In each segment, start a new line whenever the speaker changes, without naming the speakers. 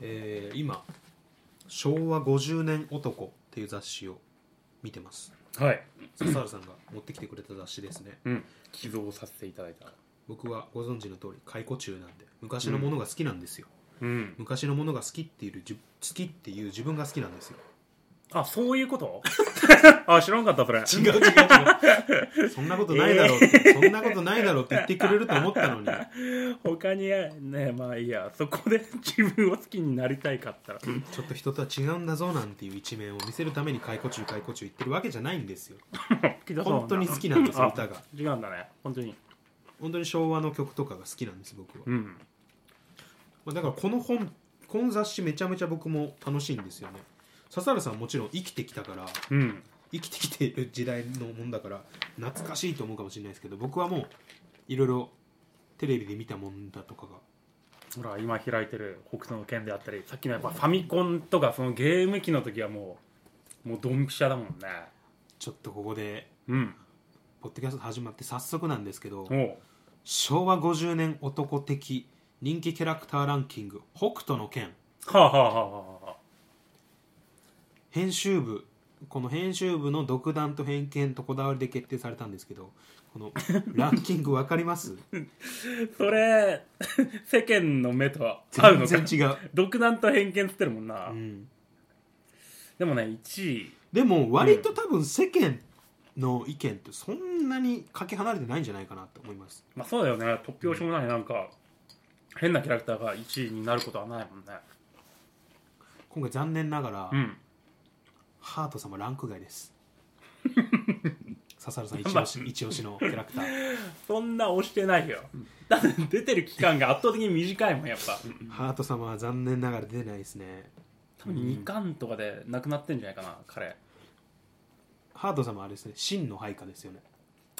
えー今「昭和50年男」っていう雑誌を見てます
はい
笹原さんが持ってきてくれた雑誌ですね
うん寄贈させていただいた
僕はご存知の通り解雇中なんで昔のものが好きなんですよ、
うん
昔のものが好きっていうじゅ好きっていう自分が好きなんですよ
あそういうこと あ知らんかったそれ
違う違う違うそんなことないだろうって、そんなことないだろうって言ってくれると思ったのにち
他にねまあいいやそこで 自分を好きになりたいかった
ょ
ら
っと人とは違うんだぞなんていう一面を見せるために解雇中解雇中言ってるわけじゃないんですよ本当に好きなんですよ歌が
違うんだね本当に
本当に昭和の曲とかが好きなんです僕は、
うん
まあ、だからこの本この雑誌めちゃめちゃ僕も楽しいんですよね笹原さんもちろん生きてきたから
うん
生きてきてる時代のもんだから懐かしいと思うかもしれないですけど僕はもういろいろテレビで見たもんだとかが
ほら今開いてる北斗の拳であったりさっきのやっぱファミコンとかそのゲーム機の時はもうもうドンピシャだもんね
ちょっとここで
うん
ポッドキャスト始まって早速なんですけど
おう
昭和50年男的人気キャラクターランキング「北斗の拳
はあはあはあはあはあ」
編集部この編集部の独断と偏見とこだわりで決定されたんですけどこのランキング分かります
それ 世間の目とは合う
全
のか
然違う、
独断と偏見つってるもんな、
うん
でもね1位
でも割と多分世間の意見ってそんなにかけ離れてないんじゃないかなと思います
まあそうだよね突拍子もないなんか変なキャラクターが1位になることはないもんね
今回残念ながら、
うん
ハート様ランク外です笹原 さん一押し一押しのキャラクター
そんな押してないよだって出てる期間が圧倒的に短いもんやっぱ
ハート様は残念ながら出てないですね
多分2巻とかでなくなってんじゃないかな彼
ハート様はあれですね真の配下ですよね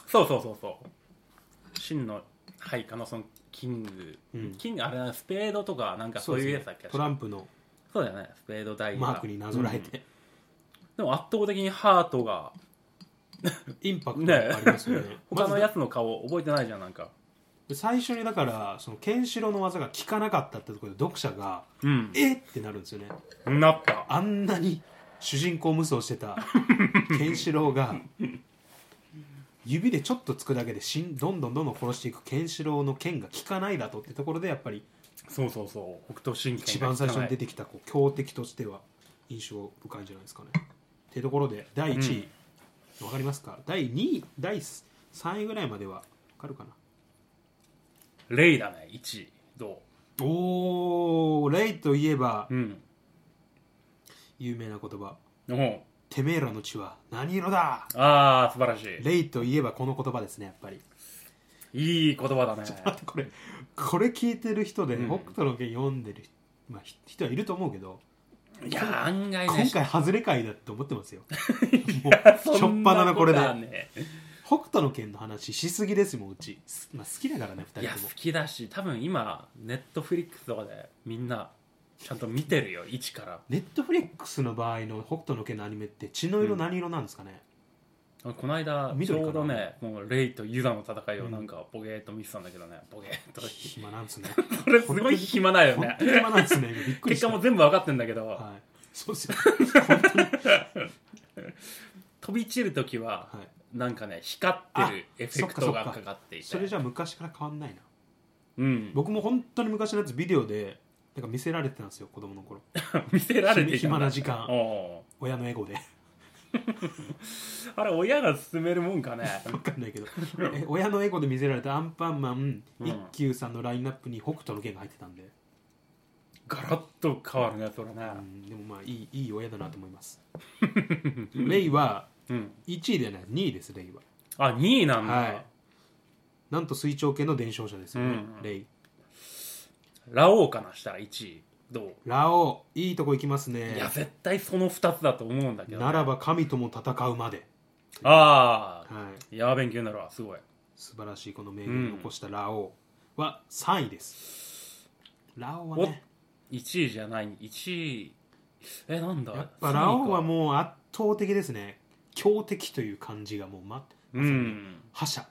そうそうそうそう真の配下のそのキング、
うん
キングあれだなスペードとかなんかそういうやつだっけ、
トランプの
そうだよねスペード大
マークになぞらえて、
でも圧倒的にハートが
インパクトがありますよね
他の
まず
やつの顔覚えてないじゃんなんか
最初にだからそのケンシロウの技が効かなかったってところで読者が
うん
えってなるんですよね
なった
あんなに主人公無双してたケンシロウが指でちょっとつくだけで死んどんどんどんどん殺していくケンシロウの剣が効かないだとってところでやっぱり
そうそうそう北斗神拳
一番最初に出
て
てきたこう強敵としては印象深いんじゃないですかね。ってところで第1位、わかりますか第2位第3位ぐらいまではわかるかな
レイだね1位ど
おーレイといえば
ううん
有名な言葉
おう
「てめえらの血は何色だ!
ああ素晴らし」
レイといえばこの言葉ですねやっぱり
いいい言葉だね
待ってこれこれ聞いてる人で、
うん
北斗の拳読んでる、まあ、ひ人はいると思うけど
いや案外ね
今回ハズレ回だって思って ますよも
そん
う
な
しょっぱなのこれで
とはね
北斗の拳の話しすぎですもんうち、すまあ、好きだからね
い
2
や
人と
好
も
きだし多分今ネットフリックスとかでみんなちゃんと見てるよ一か
ネットフリックスの場合の北斗の拳のアニメって血の色何色なんですかね、
らこの間ち
緑かな
ょうどねもうレイとユダの戦いをなんかボケーっと見てたんだけどねボケー っと
暇なん ですね
これすごい暇だよ
本
ね
当に暇なんですね今びっくりし
結
た
果も全部分かってんだけど、
はいそうですよ
飛び散る時は
はい
なんかね光ってるエフェクト
そ
が
っかそ
か
っか
かっていて
それじゃ昔から変わんないな
うん、
僕も本当に昔のやつビデオでなんか見せられてたんですよ子供の頃
見せられていたんだ
暇な時間
おう
親のエゴで
あれ親が勧めるもんかね
分かんないけどえ親のエゴで見せられたアンパンマン
うん
一休さんのラインナップに北斗の拳が入ってたんで、
ガラッと変わるねそれね
うんでもまあいいいい親だなと思います レイは
うん
1位ではない2位ですレイは
あ2位なんだ、
はいなんと水長系の伝承者ですよね、
うん
レイ
ラオウかなしたら1位どう、
ラオウいいとこ行きます
い
ね
や絶対その2つだと思うんだけどね、
ならば神とも戦うまで、
ああ
はい、
いや勉強になるわすごい
素晴らしいこの名言を残したラオウは3位です、ラオウは
お
ね
1位じゃない1位えなんだ
やっぱラオウはもう圧倒的ですね強敵という感じがもうま
ううん
覇者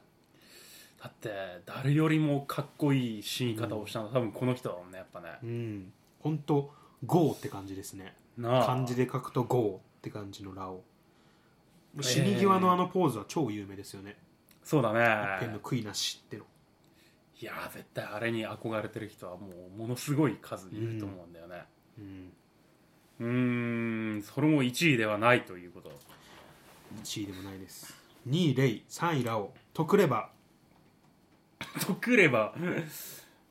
だって誰よりもかっこいい死に方をしたのは多分この人だもんねやっぱね
うん本当ゴーって感じですね
なあ
漢字で書くとゴーって感じのラオウ死に際のあのポーズは超有名ですよね、
そうだ
ペンの
ね
悔いなしっての
いやー絶対あれに憧れてる人はもうものすごい数いると思うんだよね
うん
うーんそれも1位ではないということ
1位でもないです2位レイ3位ラオウとくれば
とくれば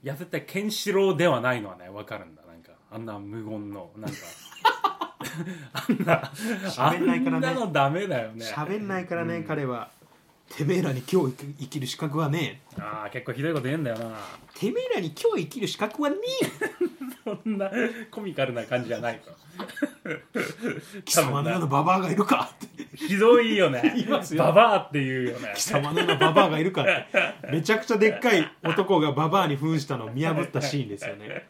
いや絶対ケンシロウではないのはね分かるんだなんかあんな無言のなん かあんな
喋んないからね
あんなのダメだよね
喋んないからね、
うん
彼はてめえらに今日生きる資格はね
ああ結構ひどいこと言うんだよ な
えてめえらに今日生きる資格はね
そんなコミカルな感じじゃないと
え貴様のようなババアがいるかって
ひどい よね
いますよ
ババアっていうよね
貴様のようなババアがいるかってめちゃくちゃでっかい男がババアに扮したのを見破ったシーンですよね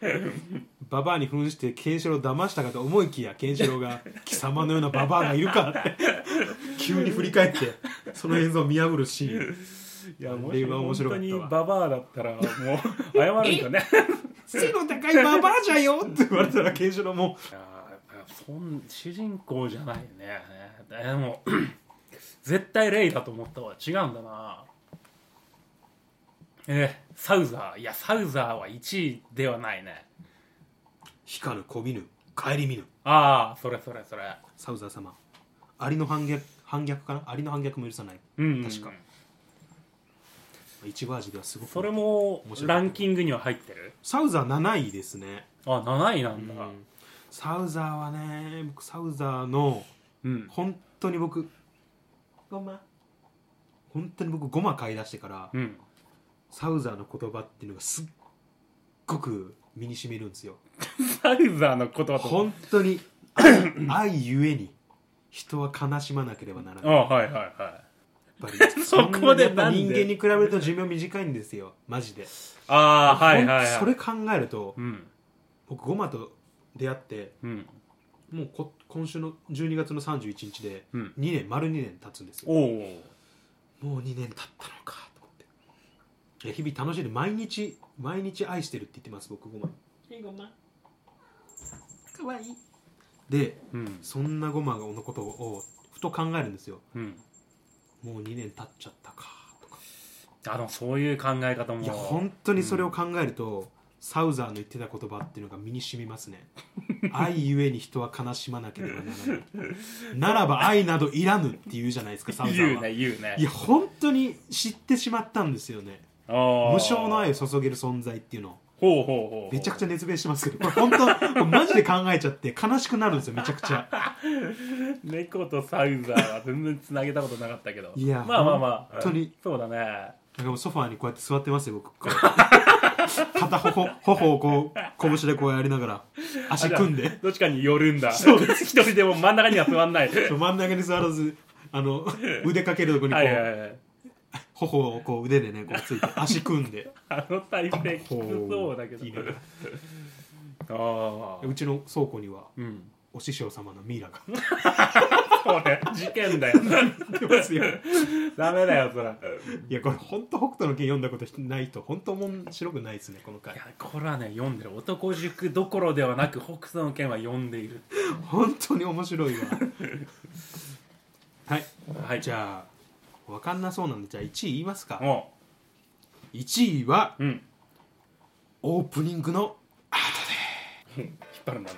ババアに扮してケンシロウを騙したかと思いきやケンシロウが貴様のようなババアがいるかって急に振り返ってその映像を見破るシーン
いや
あ
も
れ
し
は面
本
白か
当
ったわ
にババアだったらもう謝るんだね
背の高いババアじゃよって言われたらケンシロウも
いやーそん主人公じゃないねでも 絶対レイだと思ったわ違うんだなえーサウザーいやサウザーは1位ではないね
光るこびぬ帰り見ぬ
ああそれそれそれ
サウザー様アリの反逆反逆かなアリの反逆も許さない
うん、うん、
確かいちご味ではすごく
それも
面白い
ランキングには入ってる
サウザー7位ですね、
あ7位なんだ
サウザーはね僕サウザーの
うん、
本当に僕ごま本当に僕ゴマ買い出してから、
うん、
サウザーの言葉っていうのがすっごく身にしみるんですよ
サウザーの言葉と
本当に愛愛ゆえに人は悲しまなければなら
あ
ない
あはいはいはい
やっぱり
そこまで
そんなにやっぱ人間
なんで
に比べると寿命短いんですよマジで
ああはいはいはい
ほんとそれ考えると
うん
僕ゴマと出会って
うん
もうこ今週の12月の31日で
うん
2年丸2年経つんですよ
おお
もう2年経ったのかと思っていや日々楽しんで毎日毎日愛してるって言ってます僕ゴマごまかわいいで
うん
そんなゴマのことをふと考えるんですよ
うん
もう2年経っちゃったかとか
あのそういう考え方も
いや本当にそれを考えると、サウザーの言ってた言葉っていうのが身に染みますね愛ゆえに人は悲しまなければならないならば愛などいらぬって言うじゃないですかサウザー
言う
は、
ね言うね
いや本当に知ってしまったんですよね
無
無償の愛を
ほ
注げる存在っていうのを
うほうほうほう
めちゃくちゃ熱弁してますけどこれ本当これマジで考えちゃって悲しくなるんですよめちゃくちゃ
猫とサウザーは全然つなげたことなかったけど
いや
まあまあまあ
本当に
そうだね
なんかもうソファーにこうやって座ってますよ僕こう 片頬頬をこう拳でこうやりながら足組んで
どっちかに寄るんだ
そう
一人でも真ん中には座んない
そう真ん中に座らずあの腕かけるとこにこ
はいは
う
いはい
頬をこう腕でねこうついて足組んで
あの体勢きつ
こ
そうだけど
いいね
ああ
うちの倉庫には
うん
お師匠様のミイラが
そうね事件だよ
出ますよ
ダメだよそら
いやこれ本当北斗の拳読んだことないと本当面白くないですねこの
い
回
やこれはね読んでる男塾どころではなく北斗の拳は読んでいる
本当に面白いわはい
はい
じゃあ分かんなそうなんでじゃあ1位言いますか
も
1位は
ううん
オープニングの
引っ張るんだね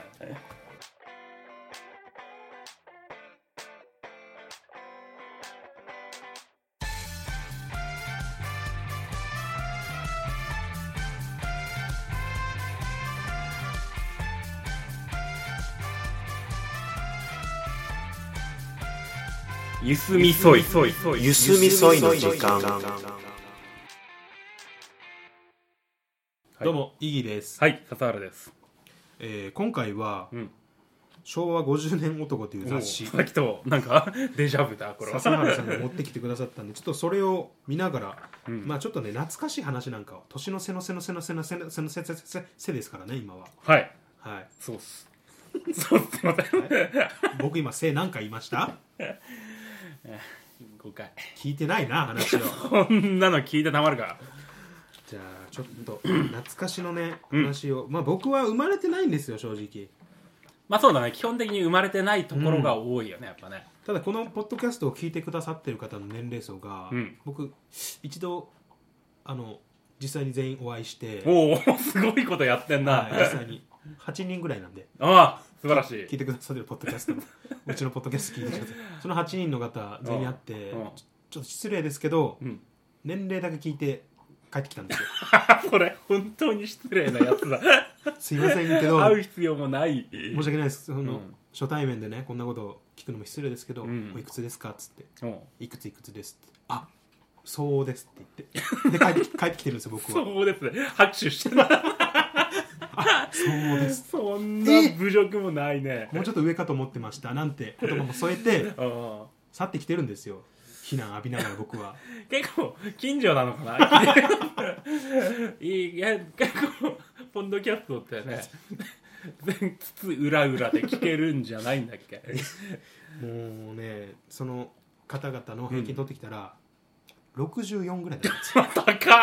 ゆすみそいそいそい
ゆすみそいの時間
どうもイギです、
はい笠原です
えー今回は
うん
昭和50年男という雑誌
さっきとなんかデジャブだこれは
笹原さんが持ってきてくださったんでちょっとそれを見ながら、
うん
まあちょっとね懐かしい話なんかを年の瀬の瀬の瀬の瀬の瀬の瀬の瀬の瀬の瀬の瀬ですからね今は
はい
はい
そうっすそうっすすいません
僕今瀬何か言いました
誤解
聞いてないな話を
こんなの聞いてたまるか
じゃあちょっと懐かしのね話を、まあ僕は生まれてないんですよ正直
まあそうだね基本的に生まれてないところが多いよね、やっぱね
ただこのポッドキャストを聞いてくださってる方の年齢層が、
うん
僕一度あの実際に全員お会いして、
おおすごいことやってんな、
はい実際に8人ぐらいなんで
ああ素晴らしい
聞いてくださってるポッドキャスト もうちのポッドキャスト聞いてくださってその8人の方全員あって、
うん
ちょっと失礼ですけど、
うん
年齢だけ聞いて帰ってきたんですよ
これ本当に失礼なやつだ
すいませんけど
会う必要もない
申し訳ないですその、
うん
初対面でねこんなことを聞くのも失礼ですけど「
うん
おいくつですか?」っつって
うん
「いくついくつです」って「あそうです」って言ってで帰 って帰ってきてるんですよ僕は
そうですね拍手して た
そうです
そんな
え
侮辱もないね
もうちょっと上かと思ってましたなんて言葉も添えて
うん
去ってきてるんですよ非難浴びながら僕は
結構近所なのかないや結構ポンドキャストってね全つ裏裏で聞けるんじゃないんだっけ
もうねその方々の平均取ってきたら、64ぐらいだったんですよ
高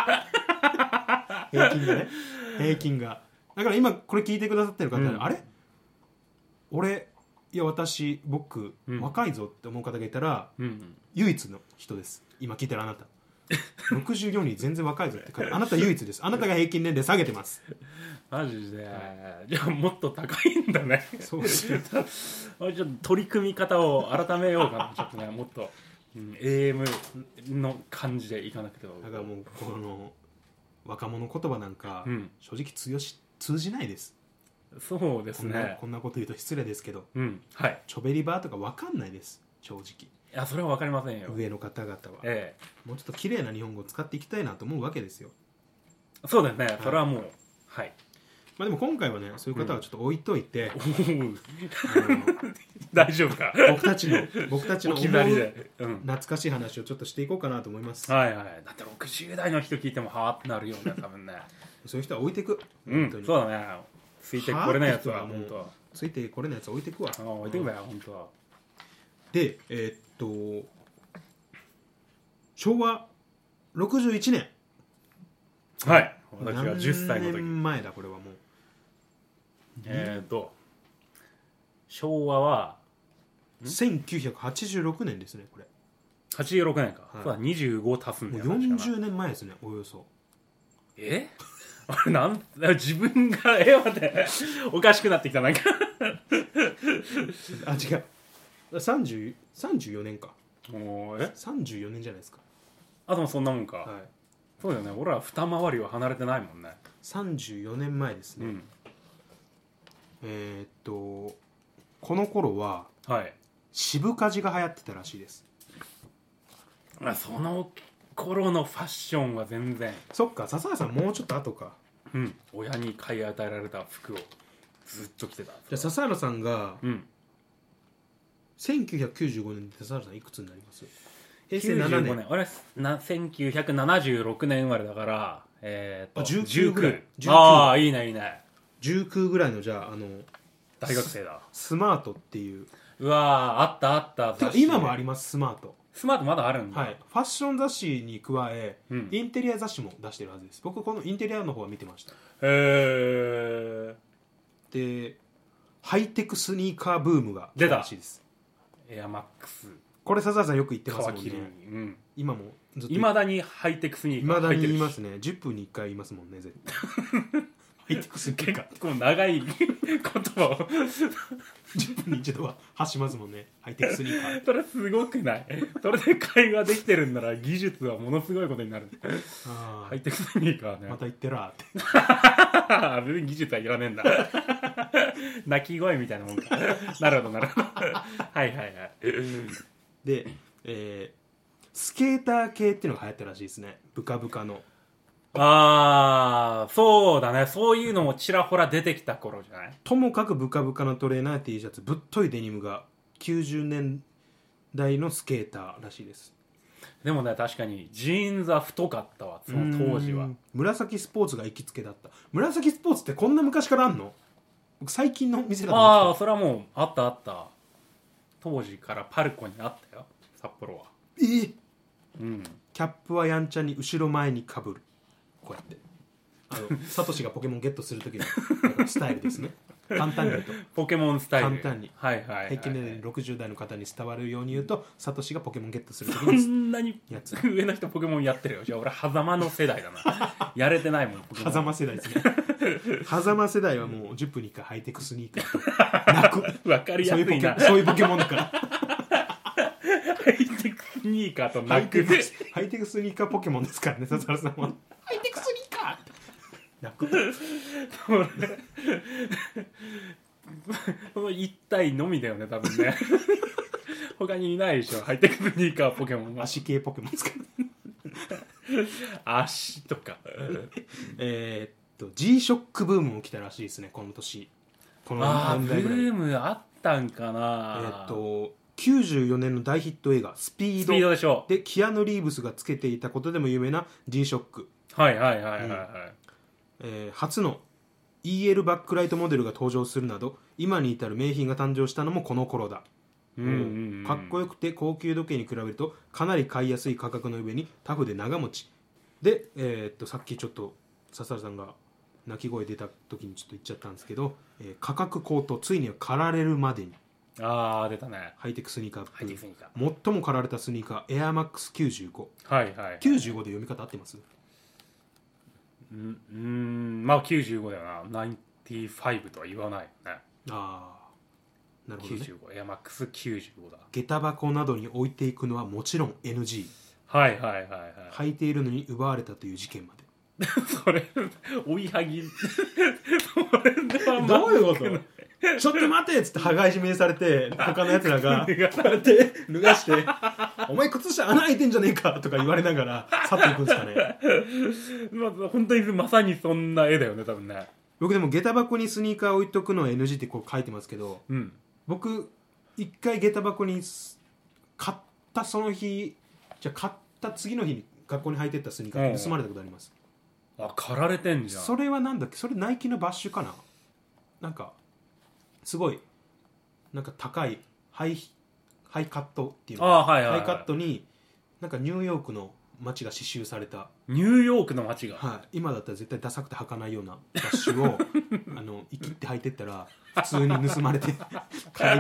っ
平均 がね平均がだから今これ聞いてくださってる方、
うん
あれ俺いや私僕、
うん
若いぞって思う方がいたら
うん
唯一の人です今聞いてるあな た64に全然若いぞって書いてあなた唯一ですあなたが平均年齢下げてます
マジでじゃあもっと高いんだね
そうですね
あ ちょっと取り組み方を改めようかなちょっとねもっと、うん、AM の感じでいかなくては
だからもうこの若者言葉なんか、
うん
正直通用し通じないです
そうです
こんな
ね
こんなこと言うと失礼ですけど
うんはい
チョベリバーとか分かんないです正直
いやそれは分かりませんよ
上の方々は
え
もうちょっと綺麗な日本語を使っていきたいなと思うわけですよ
えそうですねそれはもうはい
まあでも今回はねそういう方はちょっと置いといて、
大丈夫か
あの僕た ちの僕たちの
置
思
き去り
う
で、うん、
懐かしい話をちょっとしていこうかなと思います
はいはいだって60代の人聞いてもはあってなるよね多分ね
そういう人は置いていく
う
本当
ん
に
そうだねついてこれないやつは
はあって
本
人
当
はついてこれないやつは置いていくわ
あ置いてくばよ本当
でえーっと昭和61年
はい私が10歳の
何
時
年前だこれはもう
えー、と昭和は
1986年ですねこれ
86年か、
はい
そうだ25足すん
も
だ
う
よ確かな
40年前ですねおよそ
えあれなん自分が え待っておかしくなってきたなんか
あ違う30 34年か
もうえ
34年じゃないですか、
あともそんなもんか、
はい、
そうだよね俺ら二回りは離れてないもんね
34年前です
う
ね、
ん
えーっとこの頃は
はい
渋カジが流行ってたらしいです
あその頃のファッションは全然
そっか笹谷さんもうちょっと後か
うん親に買い与えられた服をずっと着てた
じゃあ笹原さんが
うん
1995年で笹原さんいくつになります平成7
95
年
年俺な1976年生まれだからえー、
あ
と
19ぐらい19
ああいいねいいね
19ぐらいのじゃああの
大学 生だ
スマートっていう
うわーあったあった
てか
雑誌
今もありますスマート
スマートまだあるんだ、
はい、ファッション雑誌に加え、
うん
インテリア雑誌も出してるはずです僕このインテリアの方は見てました
へえ
でハイテクスニーカーブームが
出た
らしいです
エアマックス
これ笹原さんよく言ってます
皮
もん
切りに
ね
うん
今もずっと
いまだにハイテクスニーカ
未
ー
だ
履い
に言
てる
い
し
ますね10分に1回言いますもんね絶対 ハイテクスニーカー
結構長い 言葉を
10分に一度は発しますもんねハイテクスニーカ ー
それすごくないそれで会話できてるんなら技術はものすごいことになる
あー
ハイテクスニーカーね
また言ってらーって
別に技術はいらねえんだ泣き声みたいなもんかなるほどなるほどはいはいはい
で、えースケーター系っていうのが流行ったらしいですねブカブカの
ああそうだねそういうのもちらほら出てきた頃じゃない
ともかくブカブカのトレーナー T シャツぶっといデニムが90年代のスケーターらしいです
でもね確かにジーンズは太かったわその当時
う
は
ん紫スポーツが行きつけだった紫スポーツってこんな昔からあんの僕最近の店だと
あ
思
あ
って
それはもうあったあった当時からパルコにあったよ札幌は
たえー
うん
キャップはやんちゃに後ろ前にかぶ るこうやってあのサトシがポケモンゲットする時のスタイルですね簡単に言うと
ポケモンスタイル
簡単に
はいはいはい、はい、
平均年齢60代の方に伝わるように言うとサトシがポケモンゲットする時
そ
に
んなに
やつ
上の人ポケモンやってるよじゃあ俺狭間の世代 だなやれてないもんポケモ ン
狭間世代ですね狭間世代はもう10分に1回ハイテクスニーカーと泣く
わかりや
そうい
す
うポ
いな
ケそういうポケモンだから
ハイテクニーカーと
ハ
ナ
イ
ッ
テ
ク
クハイテクスニーカーポケモンですからね笹原さんはハイテクスニーカーって泣く
それその一体のみだよね多分ね 他にいないでしょハイテクニーカーポケモンは
足系ポケモンですから
足とか
えーっと G ショックブームも来たらしいですねこの年この
ああブ
年代ぐらい
ームあったんか
えー
な
っと94年の大ヒット映画「スピ
ス
ー
ピ
ド」
ードでしょ
でキアヌ・リーブスがつけていたことでも有名な G ショック、
はいはいはいはいはい、
えー初の EL バックライトモデルが登場するなど今に至る名品が誕生したのもこの頃だ、
うんうんうん
かっこよくて高級時計に比べるとかなり買いやすい価格の上にタフで長持ちで、えーっとさっきちょっと笹原さんが泣き声出た時にちょっと言っちゃったんですけど、えー価格高騰ついには駆られるまでに
ああ出たね
ハイテクスニーカーブーム
ハイテクスニーカー
最も駆られたスニーカーエアマックス9595
はいはい
で読み方合ってます
うんうーんまあ95だよな95とは言わないよね
ああなるほどね
95エアマックス95だ
下駄箱などに置いていくのはもちろん NG
はいはいはいはい
履いているのに奪われたという事件まで
それ追いはぎそれは
どういう こ
まずくな
とちょっと待てっつって羽交い締めにされて他のやつらが
脱がさ
手脱がして「お前靴下穴開いてんじゃねえか」とか言われながら去っていくんですかね
まあ本当にまさにそんな絵だよね多分ね
僕でも下駄箱にスニーカー置いとくのは NG ってこう書いてますけど
うん
僕一回下駄箱にす買ったその日じゃあ買った次の日に学校に履いてったスニーカー盗まれたことあります
あ駆られてんじゃん
それはなんだっけそれナイキのバッシュかななんかすごいなんか高いハイハイカットっていうの
あーはいはいはい
ハイカットになんかニューヨークの街が刺繍された、
ニューヨークの街が
はい、今だったら絶対ダサくて履かないようなバッシ ュをあの生きって履いてったら普通に盗まれ て帰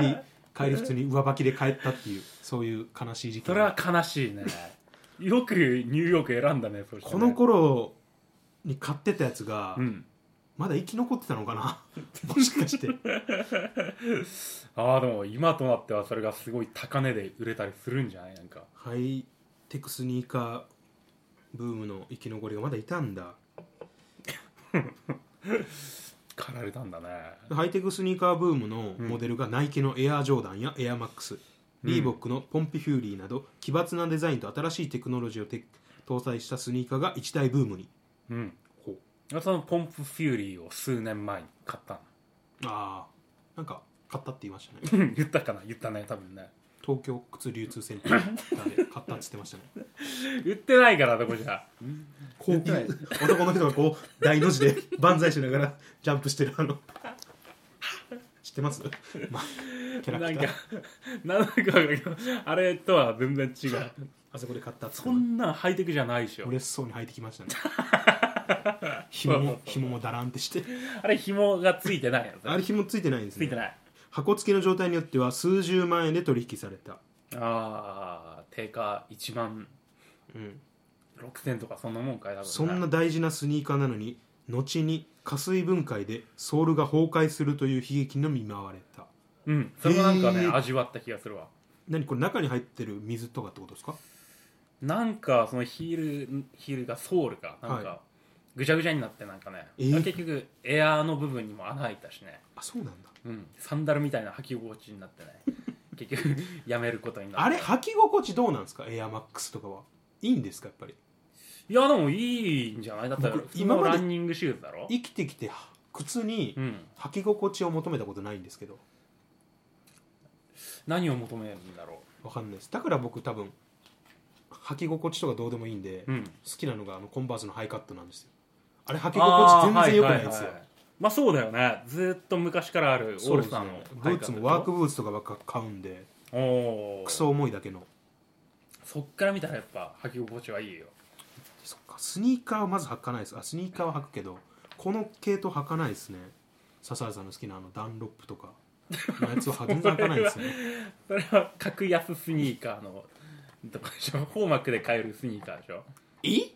り帰り普通に上履きで帰ったっていうそういう悲しい事
そ
件
れは悲しいねよくニューヨーク選んだねそしてね
この頃に買ってたやつが、
うん
まだ生き残ってたのかな もしか して
ああでも今となってはそれがすごい高値で売れたりするんじゃないなんか
ハイテクスニーカーブームの生き残りがまだいたんだ
駆られたんだね
ハイテクスニーカーブームのモデルがナイキのエアージョーダンやエアマックス、リーボックのポンピフューリーなど奇抜なデザインと新しいテクノロジーをて搭載したスニーカーが一大ブームに
うん
ほう
そのポンプフューリーを数年前に買った
ああんか買ったって言いましたね
の 言ったかな言ったね多分ね
東京靴流通センターなんで買ったって言ってましたね
売ってないからどこじゃ
高級男の人がこう大の字で万歳しながらジャンプしてるあの知ってます、まあ、キャラ
なん
ク
か
タ ー
なんかあれとは全然違う
あそこで買ったっつって
そんなんハイテクじゃないでしょ
嬉しそうに履いてきましたね 紐も紐もだらんってして
あれ紐がついてないやつ
あれ紐ついてないんです
ついて
ね
ない
箱付きの状態によっては数十万円で取引された、
ああ定価1万6000とかそんなもんかい多分ね
そんな大事なスニーカーなのに後に加水分解でソールが崩壊するという悲劇にも見舞われた
うんそれもなんかね
へー
味わった気がするわ
何これ中に入ってる水とかってことですか
なんかそのヒールヒールがソールがなん
はい
かぐちゃぐちゃになってなんかね、
えー
結局エアーの部分にも穴開いたしね、
あそうなんだ
うん、サンダルみたいな履き心地になってね 結局やめることになった
あれ履き心地どうなんですかエアマックスとかはいいんですかやっぱり
いやでもいいんじゃないだったら
僕今
今の
まで
ランニングシューズだろ
生きてきて靴に
うん
履き心地を求めたことないんですけど
何を求めるんだろ
わかんないですだから僕多分履き心地とかどうでもいいんで、
う、うん、
好きなのがあのコンバースのハイカットなんですよあれ履き心地全然良くないんですよ、
あーはははまあそうだよねずっと昔からあるオ
そ
ー
う
ル
で
ス
す
ター
ね
の
ブーツもワーク
ブ
ブーツとかばっか買うんで
おー
クソ重いだけの
そっから見たらやっぱ履き心地はいいよ
そっかスニーカーはまず履かないですあスニーカーは履くけどこの系統履かないですね笹原さんの好きなあのダンロップとかのやつは全然開かないんですよ ね
それは格安スニーカーのとかで しょフォーマックで買えるスニーカーでしょ
え
い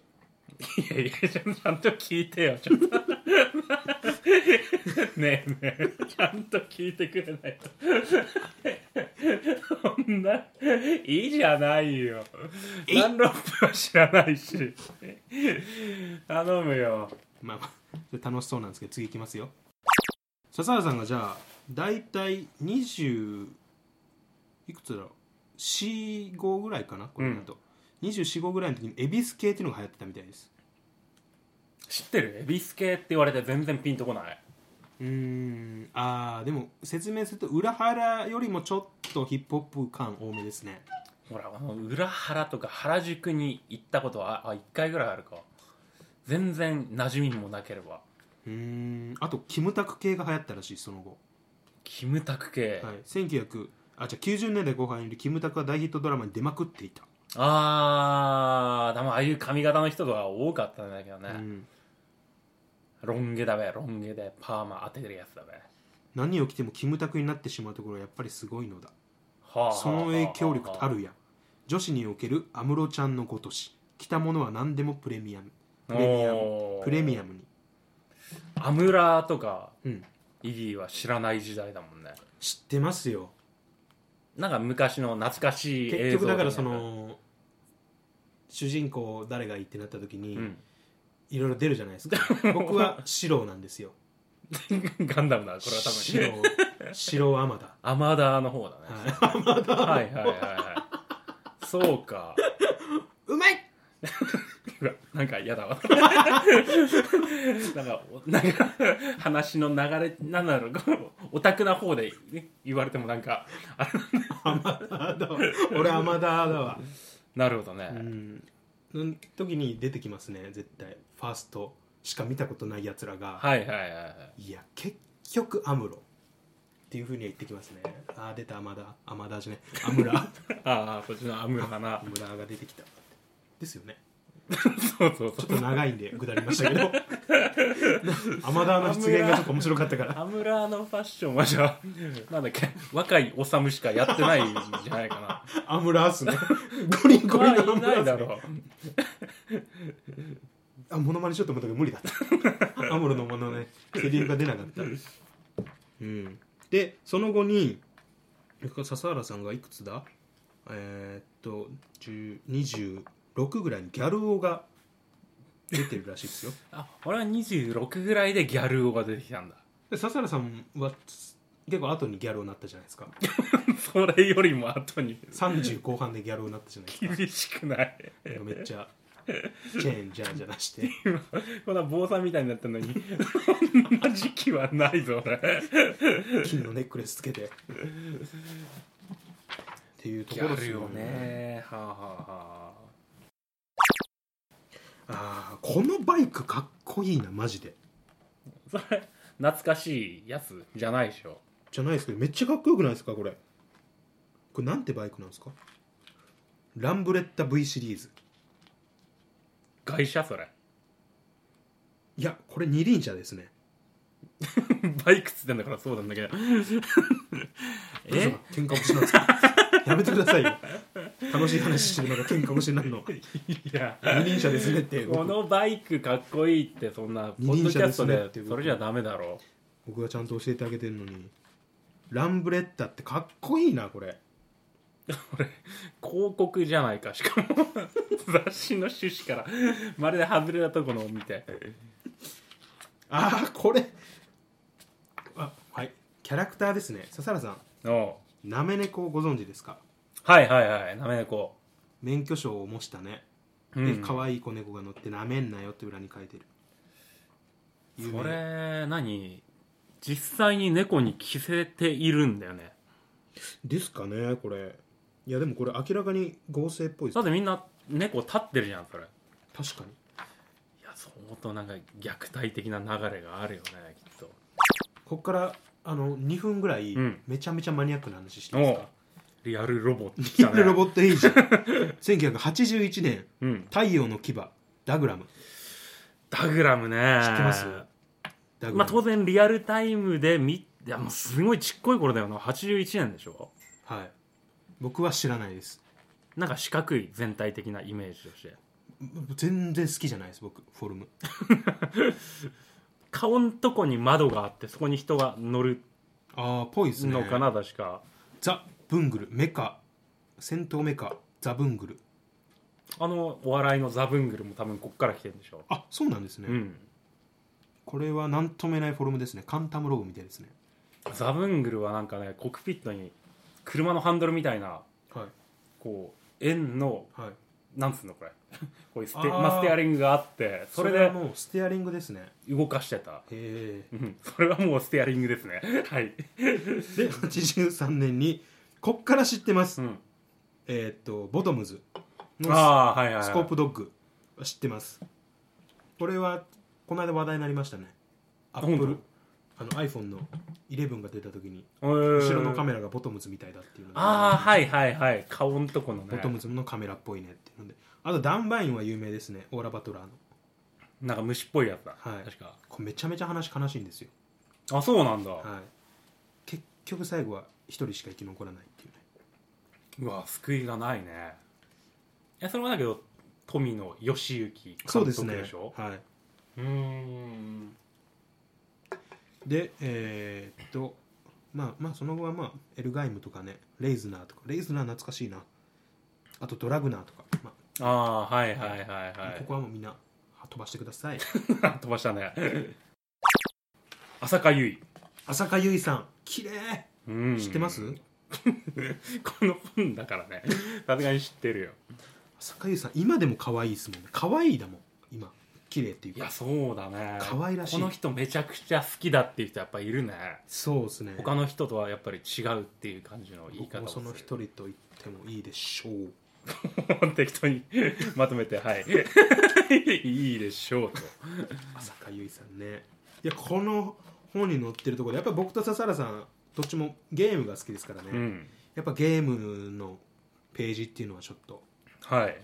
やいやちゃんちゃんと聞いてよちょっ とねえねえちゃんと聞いてくれないとそんないいじゃないよ
え
ダンロップは知らないし頼むよ
まあまあそれ楽しそうなんですけど次いきますよ笹原さんがじゃあ大体20いくつだろう45ぐらいかなこれだと、245ぐらいの時に恵比寿系っていうのが流行ってたみたいです
知ってるエビス系って言われて全然ピンとこないう
ーんあーでも説明すると裏腹よりもちょっとヒップホップ感多めですね
ほらあの裏原とか原宿に行ったことはあ1回ぐらいあるか全然馴染みもなければ
うーんあとキムタク系が流行ったらしいその後、
キムタク系、
はい、1900あじゃあ90年代後半よりキムタクは大ヒットドラマに出まくっていた、
あーでもああいう髪型の人とか多かったんだけどね、
うん、
ロン毛だべロン毛でパーマ当ててるやつだべ
何を着てもキムタクになってしまうところはやっぱりすごいのだ
はあ
その影響力た
る
るや女子における安室ちゃんのごとし着たものは何でもプレミアムプレミアムプレミアムに
アムラとか
うん
イギーは知らない時代だもんね
知ってますよ
なんか昔の懐かしい
結
映像
局だから
と
そ
かね
の主人公誰がいいってなった時に
うん
いろいろ出るじゃないですか僕は四郎なんですよ
ガンダムだこれは多
四
分
郎四郎天田
アマダーの方だね はいはいはいはいそうか
うまいう
わなんか嫌だわなんかおなんか話の流れなんだろうこうオタクな方でね言われてもなんかあれ
俺天田だわ
なるほどね、
うんの時に出てきますね絶対ファーストしか見たことないやつらが
はいはいはいはい
いや結局アムロっていうふうには言ってきますねああ出たアマダアマダじゃねア ムラ
ああこっちのアムラかな
アムラが出てきたですよね
そうそうそ
ちょ
う
っと長いんで下りましたけ どアマダーの出現がちょっと面白かったから
アムラのファッションはじゃあ なんだっけ若いオサムしかやってないんじゃないか な
アムラースねゴリンゴリの
まあ
アム
いない
ラ
だ
ースね
ろ
あモノマネしようと思ったけど無理だった アムロのモノマネセリフが出なかったうんでその後に笹原さんがいくつだえーっと10 26ぐらいにギャル王が出てるらしいですよ
あ俺は26ぐらいでギャル王が出てきたんだ
で笹原さんは結構後にギャル王になったじゃないですか
それよりも後に
30後半でギャル王になったじゃ ないですか
厳しくない
なんかめっちゃチェーンジャージャー出 して
こんな坊さんみたいになったのにそんな時期はないぞ俺
金のネックレスつ けてっていうところですよ
ねはあはあは
ああこのバイクかっこいいなマジで
あそれ懐かしいやつじゃないでしょ
じゃないですけどめっちゃかっこよくないですかこれこれなんてバイクなんですかランブレッタ V シリーズ
外車それ
いやこれ二輪車ですね
バイクっつってんだからそうなんだけど
どうし
え
た喧嘩もしなんです かやめてくださいよ楽しい話してるのが喧嘩もしなんの
いや
二輪車ですねって
こ
僕
のバイクかっこいいってそんなポッドキャストでそれじゃダメだろ
僕がちゃんと教えてあげてるのにランブレッタってかっこいいなこれ
広告じゃないかしかも雑誌の趣旨からまるで外れたとこのを見て
ああこれあはいキャラクターですね笹原さん
おう
なめ猫をご存知ですか
はいはいはいなめ猫
免許証を模したね、
う
で可愛い子猫が乗ってなめんなよって裏に書いてる有名
それ何実際に猫に着せているんだよね
ですかねこれいやでもこれ明らかに合成っぽいで
だってみんな猫立ってるじゃんそれい
す確かに
や相当なんか虐待的な流れがあるよねきっと
こっからあの2分ぐらい、
うん
めちゃめちゃマニアックな話していいです
お
か
リアルロボット来
キ
た
ン
ね
グロボットエイジ1981年
うん
「太陽の牙」ダグラム
ダグラムね
知ってますダグ
まあ、当然リアルタイムで見いやもうすごいちっこい頃だよな81年でしょ
はい僕は知らないです
なんか四角い全体的なイメージとして
全然好きじゃないです僕フォルム
顔んとこに窓があってそこに人が乗る
ああぽいですね
のかな確か
ザ・ブングルメカ戦闘メカザ・ブングル
あのお笑いのザブングルも多分こっから来てるんでしょ
あそうなんですね、
うん
これは何とも言えないフォルムですねカンタムローみたいですね
ザブングルはなんかねコックピットに車のハンドルみたいな
はい
こう円の
はい
なんつうのこれ こういうステ
あー
まあ、ステアリングがあってそ
そ
れ
れ
で
はもうステアリングですね
動かしてた
へえ
うんそれはもうステアリングですね はい、
で83年にこっから知ってます、
うん、
えーっとボトムズの
ああーはいはい、はい、
スコープドッグ知ってますこれはこの間話題になりましたねアップ
本
ルあの iPhone の11が出た時に後
後
ろのカメ
ラ
ラがボトムズみたいだっていうので
ああはいはいはい顔んとこのね
ボトムズのカメラっぽいねっていうのであとダンバインは有名ですねオーラ・バトラーの
なんか虫っぽいやつだ、
はい
確か
これめちゃめちゃ話悲しいんですよ、
あそうなんだ、
はい、結局最後は一人しか生き残らないっていうね
うわ救いがないねえそれはだけど富野義行
そう
監
です
督
ね
でしょ
はいう
ーん
でえーっとまあまあその後はまあエルガイムとかねレイズナーとかレイズナー懐かしいなあとドラグナーとか、ま
ああはいはいはい
あ
はい
ここはもうみんな飛ばしてください
飛ばしたね浅香唯
浅香唯さん綺麗
うん
知ってます、
この本だからねさすがに知ってるよ
浅香唯さん今でも可愛いですもんね可愛いだもん今綺麗っていう
い
か
やそうだね
可愛らしい
この人めちゃくちゃ好きだっていう人やっぱいるね
そうですね
他の人とはやっぱり違うっていう感じの言い
僕
方
も
をす
そ
る
の一人と言ってもいいでしょう
適当にまとめてはい いいでしょうと
浅香唯さんねいやこの本に載ってるところでやっぱ僕と笹原さんどっちもゲームが好きですからね、
うん
やっぱゲームのページっていうのはちょっと
はい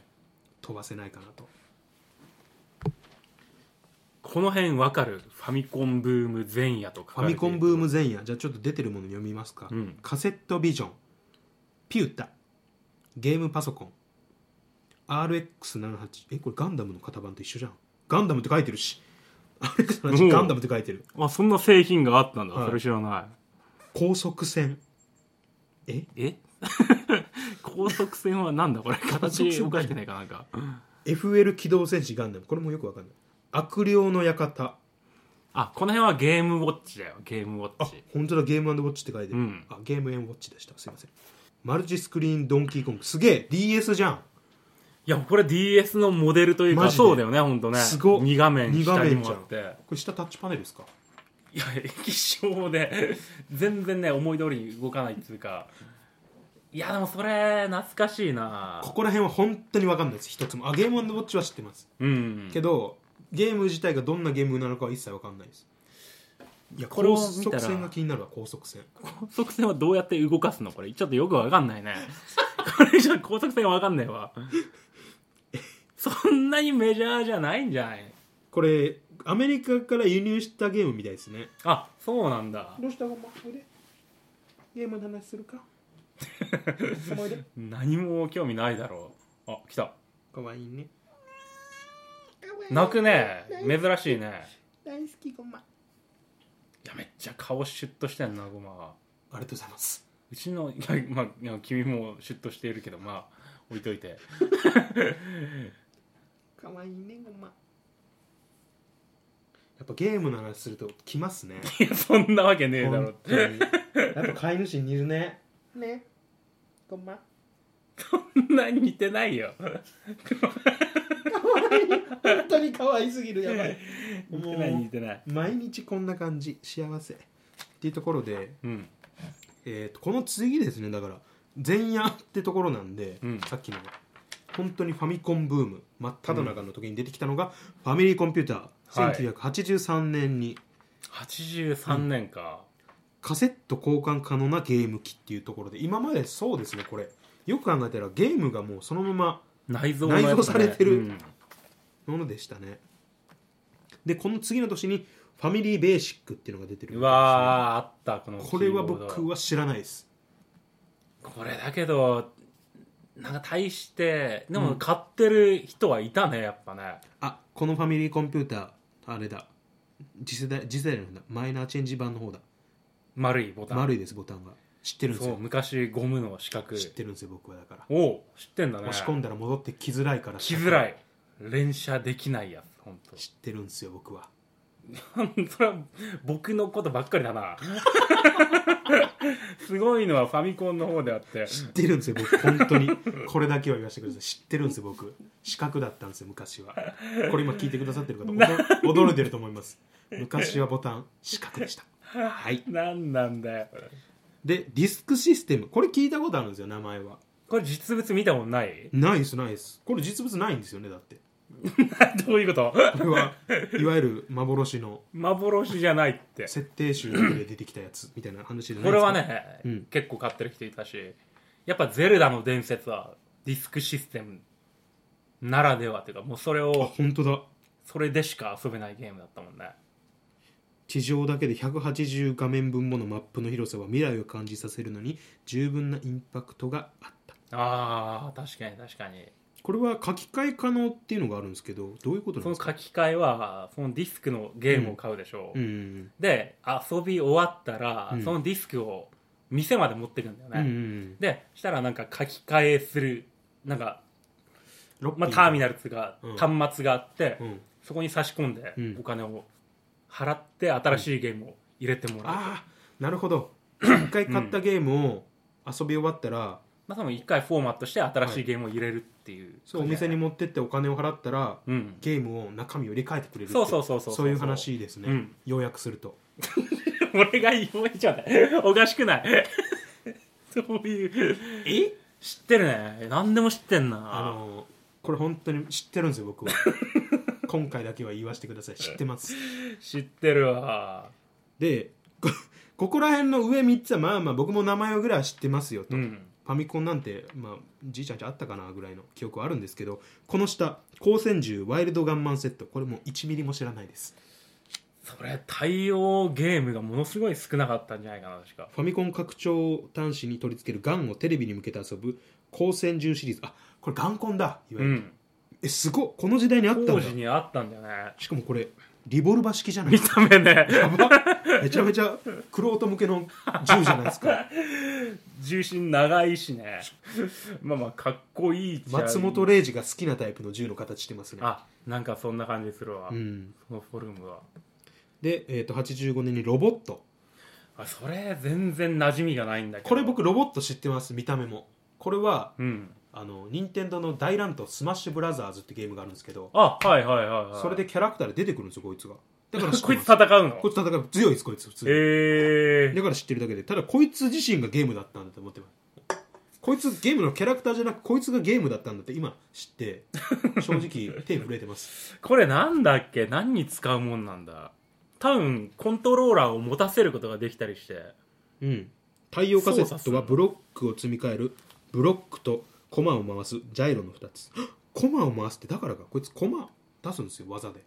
飛ばせないかなと
この辺わかるファミコンブーム前夜とか
ファミコンブーム前夜じゃあちょっと出てるもの読みますか、
うん
カセットビジョンピュータゲームパソコン RX78 えこれガンダムの型番と一緒じゃんガンダムって書いてるし
おう
RX78 ガンダムって書いてる
あそんな製品があったんだ、
はい
それ知らな
高速船え
いえ 高速船はなんだ これ形おかしくないかなんか
FL 機動戦士ガンダムこれもよくわかんない悪霊の館
あこの辺はゲームウォッチだよゲームウォッ
あ
チ
本当だゲームウォッチって書いてる、
うん
あゲームウォッチでしたすいませんマルチスクリーンドンキーコングすげえ DS じゃん
いやこれ DS のモデルという
マ
か
ジで
そうだよね本当ね
すご
2画面
二
下
画
に
面
も
じゃ
あ
ん
って
これ下タッチパネルですか
いや液晶で全然ね思い通りに動かないっていうかいやでもそれ懐かしいな
ここら辺は本当に分かんないです一つもあゲームウォッチは知ってます
うん
けどゲーム自体がどんなゲームなのかは一切分かんないですいや
これを
高
見たら
速線が気になるわ高速線
高速船はどうやって動かすのこれちょっとよくわかんないねこれじゃ高速船わかんないわそんなにメジャーじゃないんじゃない
これアメリカから輸入したゲームみたいですね
あそうなんだ
どうしたごまおいでゲームの話する かごまおいで
何も興味ないだろうあ来た
かわいいね
泣くね珍しいね
大好きごま
いやめっちゃ顔シュッとしてんなごまは
ありがとうございます
うちのいや,、まあ、いや君もシュッとしているけどまあ置いといて
かわいいねごまやっぱゲームの話すると来ますね
いやそんなわけねえだろ
本当にやっぱ飼い主に似るねねごま
そんなに似てないよ
本当に可愛すぎるやば い
似てない似てない
毎日こんな感じ幸せっていうところで、
うん
えーとこの次ですねだから前夜ってところなんで、
うん
さっきの本当にファミコンブーム真っ只中の時に出てきたのが、ファミリーコンピュータ
はい
ー1983年に
83年か、
カセット交換可能なゲーム機っていうところで今までそうですねこれよく考えたらゲームがもうそのまま
内蔵のやつだね
内蔵されてる
うん
ものでしたねでこの次の年にファミリーベーシックっていうのが出てる
うわーあったこの
これは
キー
僕
ボー
は知らないです
ドこれだけどなんか対してでも買ってる人はいたねやっぱね
あこのファミリーコンピューターあれだ次世代次世代の方だマイナーチェンジ版の方だ
丸いボタン
丸いですボタンが知ってるんです
そう
よ
昔ゴムの四角い
知ってるんですよ僕はだから
おおう知ってんだね
押し込んだら戻ってきづらいから
しづら
い
い連射できないやつ本当
知ってるんですよ僕は
それは僕のことばっかりだな すごいのはファミコンの方であって
知ってるんですよ僕本当にこれだけは言わせてください知ってるんですよ僕四角だったんですよ昔はこれ今聞いてくださってる方驚驚いてると思います昔はボタン四角でしたはい
何なんだよ
でディスクシステムこれ聞いたことあるんですよ名前は
これ実物見たことない
ないですないですこれ実物ないんですよねだって
どういうこと
これはいわゆる幻の
幻じゃないって
設定集で出てきたやつみたいな話じゃない
こ
で
れ
すか
はね、
うん
結構買ってる人いたしやっぱ「ゼルダの伝説」はディスクシステムならではというかもうそれ
あ
を
本当だ
それでしか遊べないゲームだったもんね
地上だけで180画面分ものマップの広さは未来を感じさせるのに十分なインパクトがあった
あー確かに確かに
これは書き換え可能っていうのがあるんですけどどういうことなんで
その
すか
書き換えはそのディスクのゲームを買うでしょう、
うんうん
で遊び終わったら、
うん
そのディスクを店まで持ってくんだよ
うん、うんう
ね、
ん、
でしたらなんか書き換えするなんか、
ロッピ
まあ、ターミ
ナ
ナルっていうか、
うん
端末があって、
うん、
そこに差し込んで、
うん
お金を払って新しいゲームを入れてもらう、ま
ああなるほど 一回買ったゲームを遊び終わったら、
あ、その一回フォーマットして新しいゲームを入れるっていう、
そうお店に
も
持ってってお金を払ったら
うん
ゲームを中身を入れ替えてくれるって
そうそうそうそう
そういう話ですね、
うん
要約すると
俺が言うじゃない おかしくないそういう
え
知ってるね何でも知ってんな
あのこれ本当に知ってるんですよ 僕は今回だけは言わせてください知ってます
知ってるわ
でこここら辺の上3つはまあまあ僕も名前ぐらいは知ってますよと、
うん
ファミコンなんて、まあ、じいちゃんちあったかなぐらいの記憶はあるんですけどこの下光線銃ワイルドガンマンセットこれもう1ミリも知らないです
それ対応ゲームがものすごい少なかったんじゃないかな確か
ファミコン拡張端子に取り付けるガンをテレビに向けて遊ぶ光線銃シリーズあこれガンコンだいわゆ
う
る、
ん
えすごっこの時代にあったんだ
当時にあったんだよね
しかもこれリボルバー式じゃない
見た目 ね
やばめちゃめちゃクロート向けの銃じゃない ですか
重心長いし ねまあまあかっこいいっちゃ
松本零士が好きなタイプの銃の形してますね、
あなんかそんな感じするわ、
うん、
そのフォルムは
で、えー、と85年にロボット
あそれ全然馴染みがないんだけど
これ僕ロボット知ってます見た目もこれは
うん
あの任天堂の大乱闘スマッシュブラザーズってゲームがあるんですけど
あはいはいはい、はい、
それでキャラクターで出てくるんですよこいつがだから知って
こい
ま
つ
す
戦うの
こいつ戦う強いですこいつ普通に
ええ
だから知ってるだけでただこいつ自身がゲームだったんだと思ってますこいつゲームのキャラクターじゃなくこいつがゲームだったんだって今知って正直手震えてます
これなんだっけ何に使うもんなんだ多分コントローラーを持たせることができたりして
うん太陽カセットはブロックを積み替えるブロックとコマを回すジャイロの2つコマを回すってだからかこいつコマ出すんですよ技で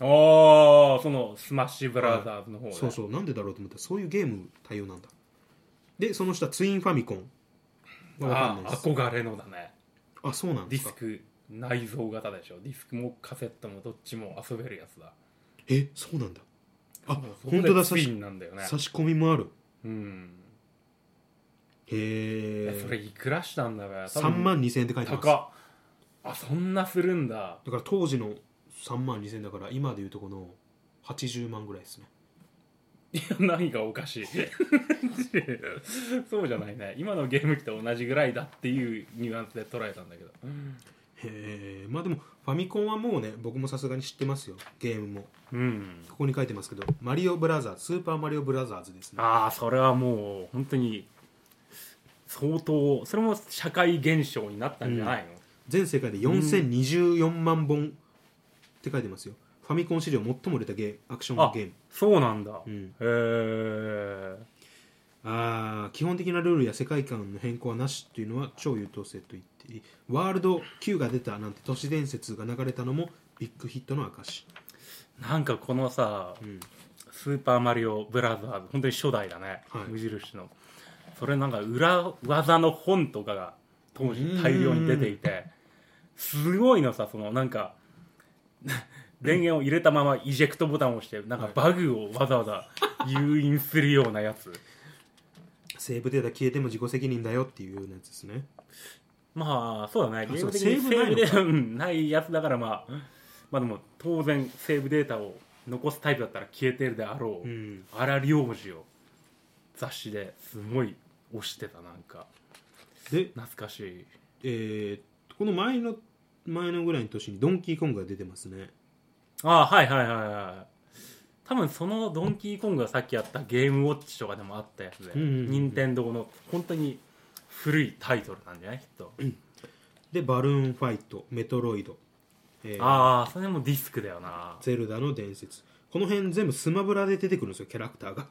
ああそのスマッシュブラザーズの方で
そうそうなんでだろうと思ったらそういうゲーム対応なんだでその下ツインファミコンはわか
あ
んない
あ
です
憧れのだね
あそうなん
デ
で
ィ
すか
スク内蔵型でしょディスクもカセットもどっちも遊べるやつだ
えそうなんだあ
そう
本当だ
そ
差
こでツ
し
インなんだよね
差し込みもある
うんいや
へ
それ
え
いくらしたんだべ
3万2000円って書いてます
高っあそんなするんだ
だから当時の3万2000円だから今でいうとこの80万ぐらいですね
いや何がおかしい そうじゃないね今のゲーム機と同じぐらいだっていうニュアンスで捉えたんだけど
へえまあでもファミコンはもうね僕もさすがに知ってますよゲームも
うん
ここに書いてますけど「マリオブラザーズスーパーマリオブラザーズ」ですね
ああそれはもう本当に相当それも社会現象になったんじゃないの、
全世界で4024万本って書いてますよファミコン史上最も売れたゲーアクション
あ
ゲーム
そうなんだ、
うん
へえ
あー基本的なルールや世界観の変更はなしというのは超優等生と言っていいワールド Q が出たなんて都市伝説が流れたのもビッグヒットの証
なんかこのさ
うん
「スーパーマリオブラザーズ」本当に初代だね、
はい
無印のそれなんか裏技の本とかが当時大量に出ていてすごいのさそのなんか電源を入れたままイジェクトボタンを押してなんかバグをわざわざ誘引するようなやつ
セーブデータ消えても自己責任だよっていうようなやつですね
まあそうだね
あ
ゲー
そう
ム的にセ
セーブない
ー
の
ブデ
か
ータうんないやつだからまあまあでも当然セーブデータを残すタイプだったら消えてるであろう、
うん
荒領事を雑誌ですごい推してたなんか
で
懐かしい
えー、この前の前のぐらいの年にドンキーコングが出てますね
ああはいはいはいはい多分そのドンキーコングがさっきやったゲームウォッチとかでもあったやつで
うんうんうん
任天堂の本当に古いタイトルなんじゃないきっと、
でバルーンファイトメトロイド、えー
ああそれもディスクだよな
ゼルダの伝説この辺全部スマブラで出てくるんですよキャラクターが、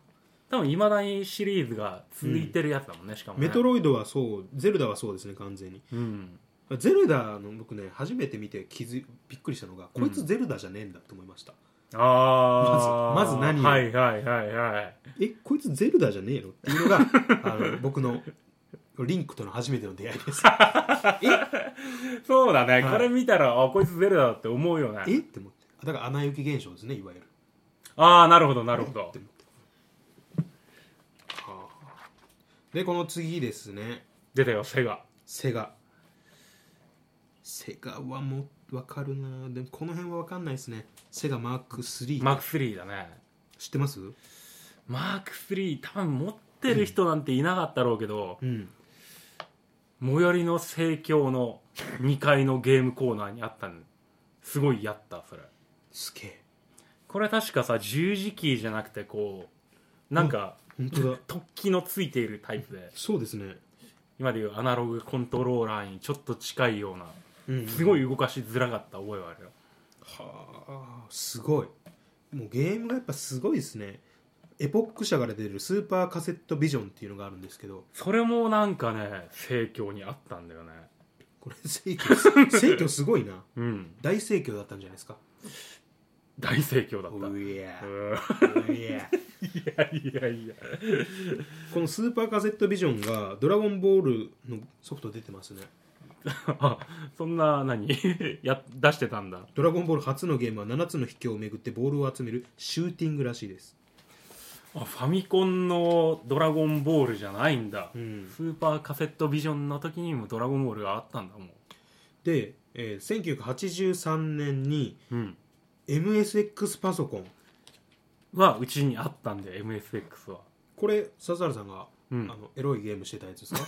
多分いまだにシリーズが続いてるやつだもんね、しかも、ね、
メトロイドはそうゼルダはそうですね完全に
うん
ゼルダの僕ね初めて見て気づいびっくりしたのが、
うん
こいつゼルダじゃねえんだと思いました
ああ
まずまず何を
はいはいはいはい
えこいつゼルダじゃねえのっていうのがあの僕のリンクとの初めての出会いです
そうだね、
はい
これ見たらあこいつゼルダだって思うよね
えって思ってだから穴行き現象ですねいわゆる
ああなるほどなるほど
って思ってはあでこの次ですね
出たよセガ
セガセガはもう分かるなでもこの辺は分かんないですねセガマーク3
マーク3だね
知ってます
マーク3多分持ってる人なんていなかったろうけど、
うん
最寄りの盛況の2階のゲームコーナーにあったのすごいやったそれ
すげえ
これ確かさ十字キーじゃなくてこうなんか
本当だ
突起のついているタイプで
そうですね、
今でいうアナログコントローラーにちょっと近いような
うん
すごい動かしづらかった覚えはあるよ
はあすごいもうゲームがやっぱすごいですねエポック社から出るスーパーカセットビジョンっていうのがあるんですけど
それもなんかね盛況にあったんだよね
これ盛況 盛況すごいな
うん
大盛況だったんじゃないですか
大盛況だった
ういや
うん
ういや
いやいやいや
このスーパーカセットビジョンがドラゴンボールのソフト出てますね
あそんな何 や出してたんだ
ドラゴンボール初のゲームは7つの秘境を巡ってボールを集めるシューティングらしいです
あファミコンの「ドラゴンボール」じゃないんだ、
ん
スーパーカセットビジョンの時にも「ドラゴンボール」があったんだもん
で、えー1983年に
うん
MSX パソコン
はうちにあったんで MSX は
これ笹原さんが、
うん
あのエロいゲームしてたやつですか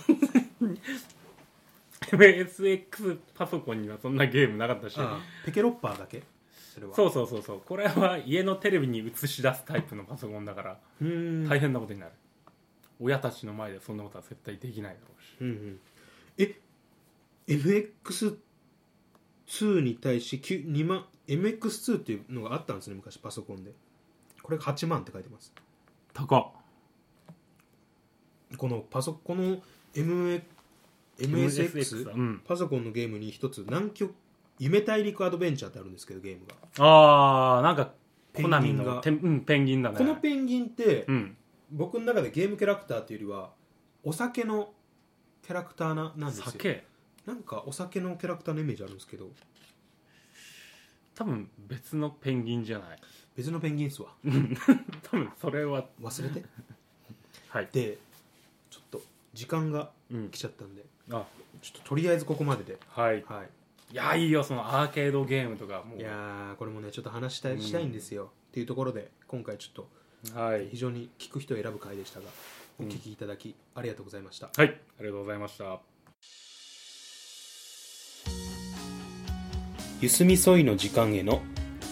MSX パソコンにはそんなゲームなかったし
あペケロッパーだけそれは
そうそうそうそうこれは家のテレビに映し出すタイプのパソコンだから
うーん
大変なことになる、親たちの前でそんなことは絶対できないだろうし
うんうんえ MX2 に対しきゅ2万 MX2 っていうのがあったんですね昔パソコンでこれが8万って書いてます
高っ
このパソコンの MA MSX
うん
パソコンのゲームに一つ南極夢大陸アドベンチャーってあるんですけどゲームが、
ああなんか
ペン
コ
ギンが
ナミのてんうん、ペンギンだね
このペンギンって、
うん
僕の中でゲームキャラクターっていうよりはお酒のキャラクターななんですよ
酒
なんかお酒のキャラクターのイメージあるんですけど
多分別のペンギンじゃない
別のペンギンっすわ
多分それは
忘れて
はい
でちょっと時間が
うん
来ちゃったんで
あ
ちょっととりあえずここまでで
はい
はい
いやいいよそのアーケードゲームとかもう
いやーこれもねちょっと話したいしたいんですよ、っていうところで今回ちょっと
はい
非常に聞く人を選ぶ回でしたがお聞きいただきありがとうございました、
はいありがとうございました
ゆすみそいの時間への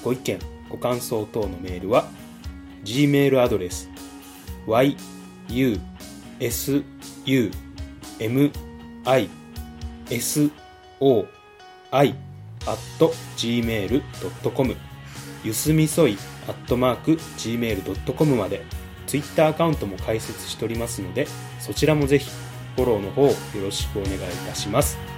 ご意見ご感想等のメールは G メールアドレス y u s u m i s o i gmail.com ゆすみそい gmail.com までツイッターアカウントも開設しておりますのでそちらもぜひフォローの方よろしくお願いいたします